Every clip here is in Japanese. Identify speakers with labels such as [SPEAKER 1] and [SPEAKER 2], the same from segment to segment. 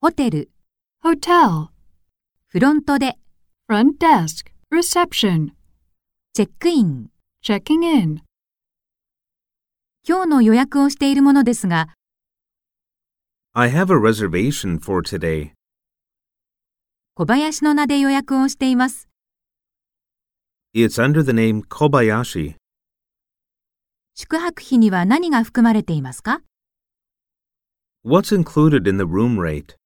[SPEAKER 1] ホテル、
[SPEAKER 2] hotel,
[SPEAKER 1] フロントで、
[SPEAKER 2] front desk, reception,
[SPEAKER 1] チェックイン。
[SPEAKER 2] checking in,
[SPEAKER 1] 今日の予約をしているものですが、
[SPEAKER 3] I have a reservation for today.
[SPEAKER 1] 小林の名で予約をしています。
[SPEAKER 3] It's under the name Kobayashi.
[SPEAKER 1] 宿泊費には何が含まれていますか
[SPEAKER 3] What's included in the room rate?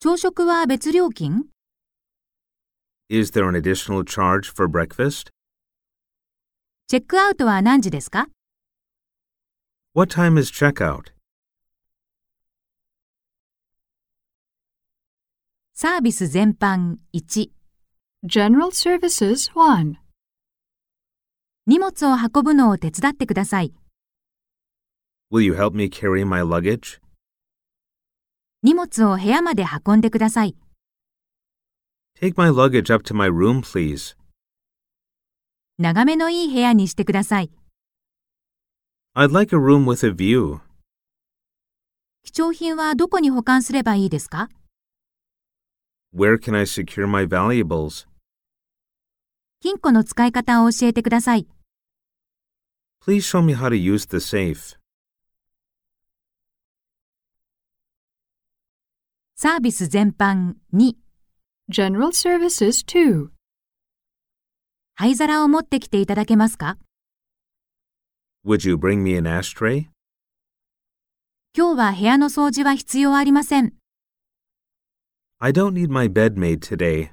[SPEAKER 1] 朝食は別料金
[SPEAKER 3] Is there an additional charge for breakfast?
[SPEAKER 1] チェックアウトは何時ですか
[SPEAKER 3] What time is checkout?
[SPEAKER 1] サービス全般1、
[SPEAKER 2] general services 1,
[SPEAKER 1] 荷物を運ぶのを手伝ってください。
[SPEAKER 3] Will you help me carry my luggage?
[SPEAKER 1] 荷物を部屋まで運んでください。
[SPEAKER 3] Take my luggage up to my room, please.
[SPEAKER 1] 眺めのいい部屋にしてください。
[SPEAKER 3] I'd like a room with a view.
[SPEAKER 1] 貴重品はどこに保管すればいいですか
[SPEAKER 3] Where can I secure my valuables?
[SPEAKER 1] 金庫の使い方を教えてください。
[SPEAKER 3] Please show me how to use the safe.
[SPEAKER 1] サービス全般2、
[SPEAKER 2] general services 2,
[SPEAKER 1] 灰皿を持ってきていただけますか
[SPEAKER 3] Would you bring me an ashtray?
[SPEAKER 1] 今日は部屋の掃除は必要ありません。
[SPEAKER 3] I don't need my bed made today.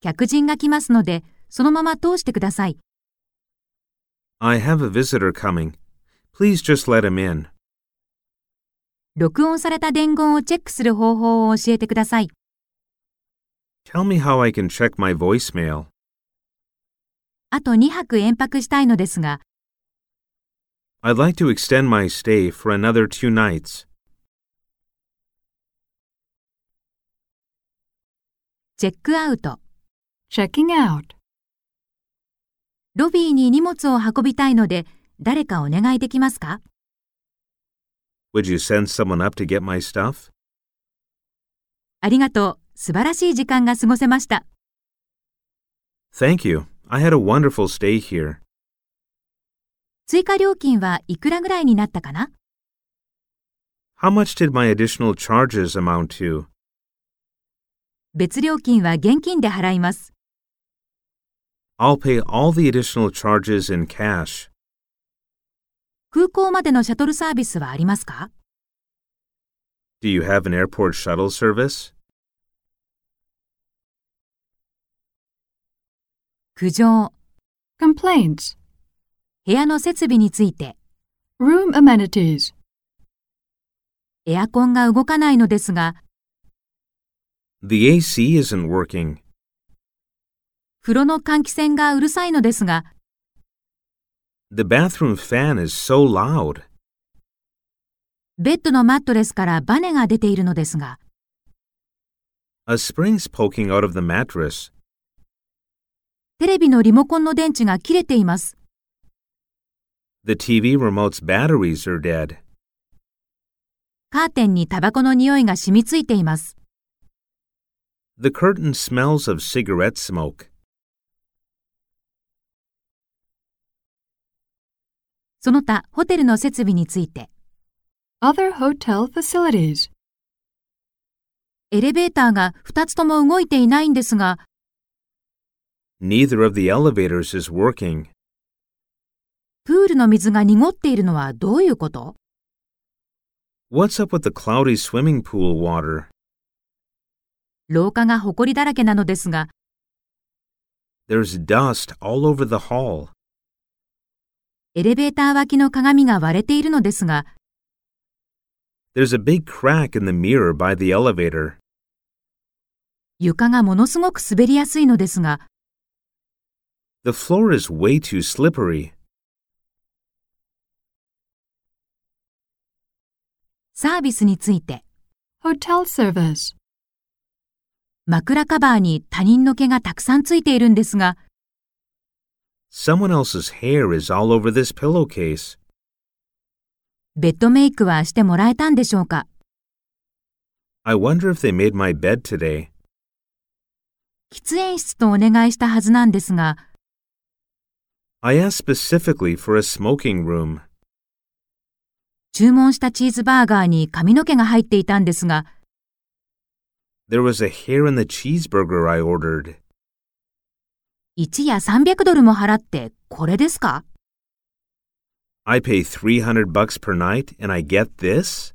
[SPEAKER 1] 客人が来ますので、そのまま通してください。
[SPEAKER 3] I have a visitor coming. Please just let him in.
[SPEAKER 1] 録音された伝言をチェックする方法を教えてください。
[SPEAKER 3] Tell me how I can check my voicemail.
[SPEAKER 1] あと2泊延泊したいのですが、
[SPEAKER 3] I'd like to extend my stay for another two nights.
[SPEAKER 1] チェックアウト。
[SPEAKER 2] checking out,
[SPEAKER 1] ロビーに荷物を運びたいので、誰かお願いできますか
[SPEAKER 3] Would you send someone up to get my stuff?
[SPEAKER 1] ありがとう。素晴らしい時間が過ごせました。
[SPEAKER 3] Thank you. I had a wonderful stay here.
[SPEAKER 1] 追加料金はいくらぐらいになったかな
[SPEAKER 3] How much did my additional charges amount to?
[SPEAKER 1] 別料金は現金で払います。
[SPEAKER 3] I'll pay all the additional charges in cash.
[SPEAKER 1] 空港までのシャトルサービスはありますか
[SPEAKER 3] Do you have an airport shuttle service?
[SPEAKER 1] 苦情。
[SPEAKER 2] complaints,
[SPEAKER 1] 部屋の設備について、
[SPEAKER 2] room amenities,
[SPEAKER 1] エアコンが動かないのですが、
[SPEAKER 3] The AC isn't working.
[SPEAKER 1] 風呂の換気扇がうるさいのですが、
[SPEAKER 3] The bathroom fan is so loud.
[SPEAKER 1] ベッドのマットレスからバネが出ているのですが、
[SPEAKER 3] A spring's poking out of the mattress.
[SPEAKER 1] テレビのリモコンの電池が切れています。
[SPEAKER 3] The TV remote's batteries are dead.
[SPEAKER 1] カーテンにタバコの匂いが染みついています。
[SPEAKER 3] The curtain smells of cigarette smoke.
[SPEAKER 1] その他、ホテルの設備について、
[SPEAKER 2] other hotel facilities,
[SPEAKER 1] エレベーターが2つとも動いていないんですが、
[SPEAKER 3] Neither of the elevators is working.
[SPEAKER 1] プールの水が濁っているのはどういうこと
[SPEAKER 3] What's up with the cloudy swimming pool water?
[SPEAKER 1] 廊下が埃だらけなのですが、
[SPEAKER 3] There's dust all over the hall.
[SPEAKER 1] エレベーター脇の鏡が割れているのですが、
[SPEAKER 3] There's a big crack in the mirror by the elevator.
[SPEAKER 1] 床がものすごく滑りやすいのですが、
[SPEAKER 3] The floor is way too slippery.
[SPEAKER 1] サービスについて、
[SPEAKER 2] hotel service,
[SPEAKER 1] 枕カバーに他人の毛がたくさんついているんですが、
[SPEAKER 3] Someone else's hair is all over this pillowcase.
[SPEAKER 1] ベッドメイクはしてもらえたんでしょうか
[SPEAKER 3] I wonder if they made my bed today.
[SPEAKER 1] 喫煙室とお願いしたはずなんですが、
[SPEAKER 3] I asked specifically for a smoking room.
[SPEAKER 1] 注文したチーズバーガーに髪の毛が入っていたんですが、
[SPEAKER 3] There was a hair in the cheeseburger I ordered.
[SPEAKER 1] 1や300ドルも払ってこれですか
[SPEAKER 3] I pay 300 bucks per night and I get this?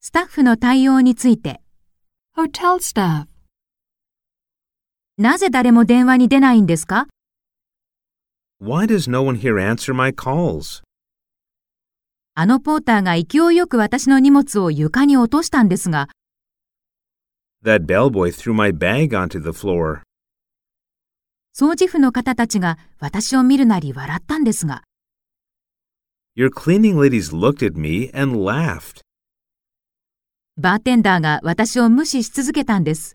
[SPEAKER 1] スタッフの対応について、
[SPEAKER 2] Hotel staff.
[SPEAKER 1] なぜ誰も電話に出ないんですか
[SPEAKER 3] Why does no one here answer my calls?
[SPEAKER 1] あのポーターが勢いよく私の荷物を床に落としたんですが、
[SPEAKER 3] That bellboy threw my bag onto the floor.
[SPEAKER 1] 掃除婦の方たちが私を見るなり笑ったんですが、
[SPEAKER 3] Your cleaning ladies looked at me and laughed.
[SPEAKER 1] バーテンダーが私を無視し続けたんです。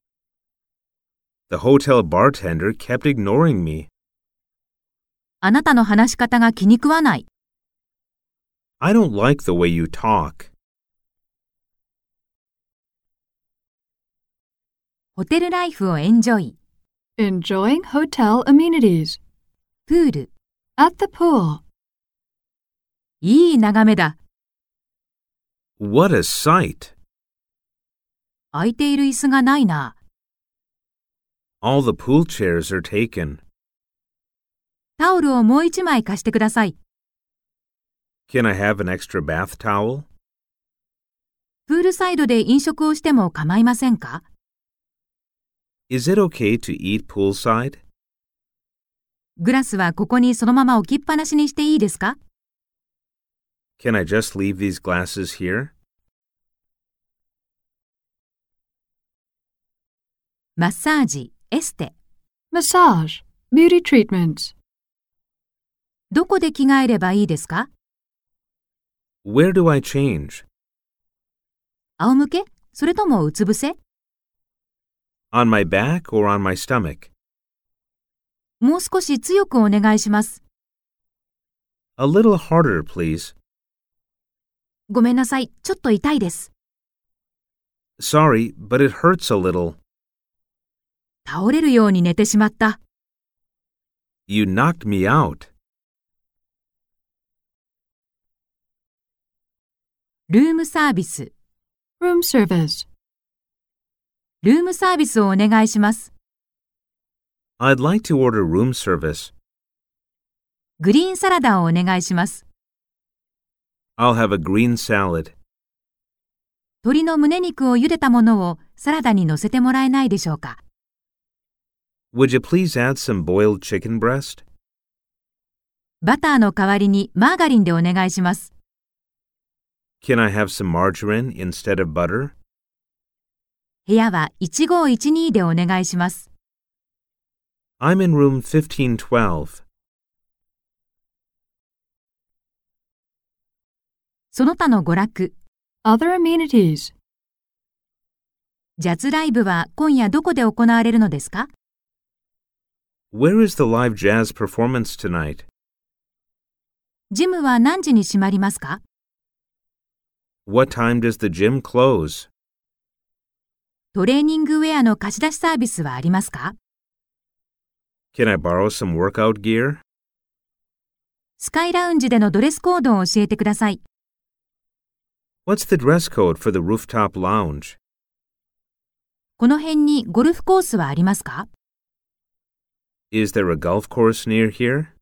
[SPEAKER 3] The hotel bartender kept ignoring me.
[SPEAKER 1] あなたの話し方が気に食わない。
[SPEAKER 3] I don't like the way you talk.
[SPEAKER 1] ホテルライフをエンジョイ。
[SPEAKER 2] Enjoying hotel amenities.
[SPEAKER 1] プール。
[SPEAKER 2] At the pool.
[SPEAKER 1] いい眺めだ。
[SPEAKER 3] What a sight!
[SPEAKER 1] 空いている椅子がないな。
[SPEAKER 3] All the pool chairs are taken.
[SPEAKER 1] タオルをもう一枚貸してください。
[SPEAKER 3] Can I have an extra bath towel?
[SPEAKER 1] プールサイドで飲食をしても構いませんか
[SPEAKER 3] Is it okay to eat poolside?
[SPEAKER 1] グラスはここにそのまま置きっぱなしにしていいですか
[SPEAKER 3] Can I just leave these glasses here?
[SPEAKER 1] マッサージ、エステ。
[SPEAKER 2] Massage. Beauty treatments.
[SPEAKER 1] どこで着替えればいいですか
[SPEAKER 3] Where do I change?
[SPEAKER 1] 仰向けそれともうつ伏せ
[SPEAKER 3] On my back or on my stomach?
[SPEAKER 1] もう少し強くお願いします。
[SPEAKER 3] A little harder, please.
[SPEAKER 1] ごめんなさい、ちょっと痛いです。
[SPEAKER 3] Sorry, but it hurts a little.
[SPEAKER 1] 倒れるように寝てしまった。
[SPEAKER 3] You knocked me out.
[SPEAKER 1] ルームサービス。
[SPEAKER 2] Room service.
[SPEAKER 1] ルームサービスをお願いします。
[SPEAKER 3] I'd like to order room service.
[SPEAKER 1] グリーンサラダをお願いします。
[SPEAKER 3] I'll have a green salad.
[SPEAKER 1] 鶏の胸肉を茹でたものをサラダに乗せてもらえないでしょうか。
[SPEAKER 3] Would you please add some boiled chicken breast?
[SPEAKER 1] バターの代わりにマーガリンでお願いします。
[SPEAKER 3] Can I have some margarine instead of butter?
[SPEAKER 1] 部屋は1512でお願いします。
[SPEAKER 3] I'm in room 1512.
[SPEAKER 1] その他の娯楽。
[SPEAKER 2] Other amenities.
[SPEAKER 1] ジャズライブは今夜どこで行われるのですか
[SPEAKER 3] Where is the live jazz performance tonight?
[SPEAKER 1] ジムは何時に閉まりますか
[SPEAKER 3] What time does the gym close?
[SPEAKER 1] トレーニングウェアの貸し出しサービスはありますか
[SPEAKER 3] Can I borrow some workout gear?
[SPEAKER 1] スカイラウンジでのドレスコードを教えてください。
[SPEAKER 3] What's the dress code for the rooftop lounge?
[SPEAKER 1] この辺にゴルフコースはありますか
[SPEAKER 3] Is there a golf course near here?